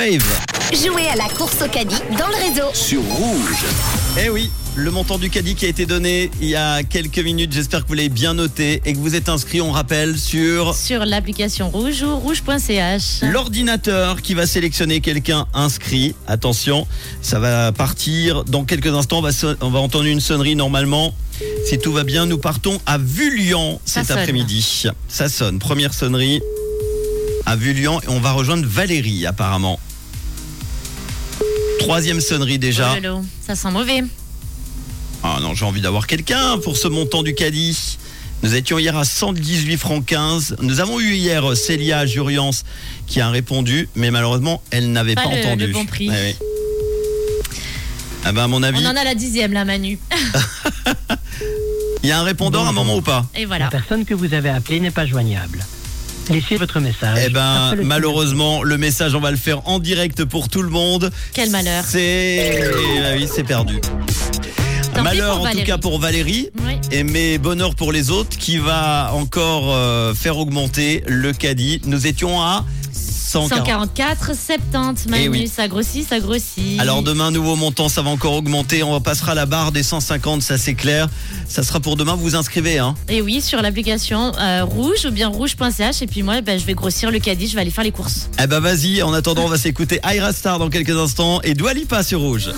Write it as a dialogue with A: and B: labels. A: live.
B: Jouez à la course au caddie dans le réseau.
C: sur rouge.
A: Eh oui, le montant du caddie qui a été donné il y a quelques minutes. J'espère que vous l'avez bien noté et que vous êtes inscrit, on rappelle, sur
D: sur l'application rouge ou rouge.ch.
A: l'ordinateur qui va sélectionner quelqu'un inscrit. Attention, ça va partir dans quelques instants. On va, son- on va entendre une sonnerie normalement. Si tout va bien, nous partons à Vullian
D: Ça
A: cet
D: sonne.
A: après-midi. Ça sonne, première sonnerie à Vullian et on va rejoindre Valérie apparemment. Troisième sonnerie déjà.
D: Oh lolo, ça sent mauvais.
A: Ah non, j'ai envie d'avoir quelqu'un pour ce montant du caddie. Nous étions hier à 118 francs 15. Nous avons eu hier euh, Célia Jurians qui a répondu, mais malheureusement, elle n'avait pas,
D: Pas le-
A: entendu.
D: le bon prix.
A: Ouais, ouais. Ah ben à mon avis,
D: On en a la dixième là, Manu.
A: il y a un répondant à un moment ou pas
D: Et
E: La
D: voilà.
E: personne que vous avez appelée n'est pas joignable. Laissez votre message.
A: Eh ben,
E: Après le-
A: malheureusement, le message, on va le faire en direct pour tout le monde.
D: Quel malheur.
A: C'est, ah oui, c'est perdu.
D: Tant pis
A: malheur en
D: pour
A: tout
D: Valérie.
A: cas pour Valérie.
D: Oui.
A: et mes bonheurs pour les autres qui va encore euh, faire augmenter le caddie. Nous étions à 140.
D: 144, 70, Manu,
A: Eh oui.
D: ça grossit, ça grossit.
A: Alors demain, nouveau montant, ça va encore augmenter. On passera la barre des 150, ça c'est clair. Ça sera pour demain, vous vous inscrivez. Hein.
D: Et oui, sur l'application euh, rouge ou bien rouge.ch. Et puis moi, ben, je vais grossir le caddie, je vais aller faire les courses.
A: Eh ben vas-y, en attendant, on va s'écouter Aira Star dans quelques instants et Dua Lipa sur Rouge.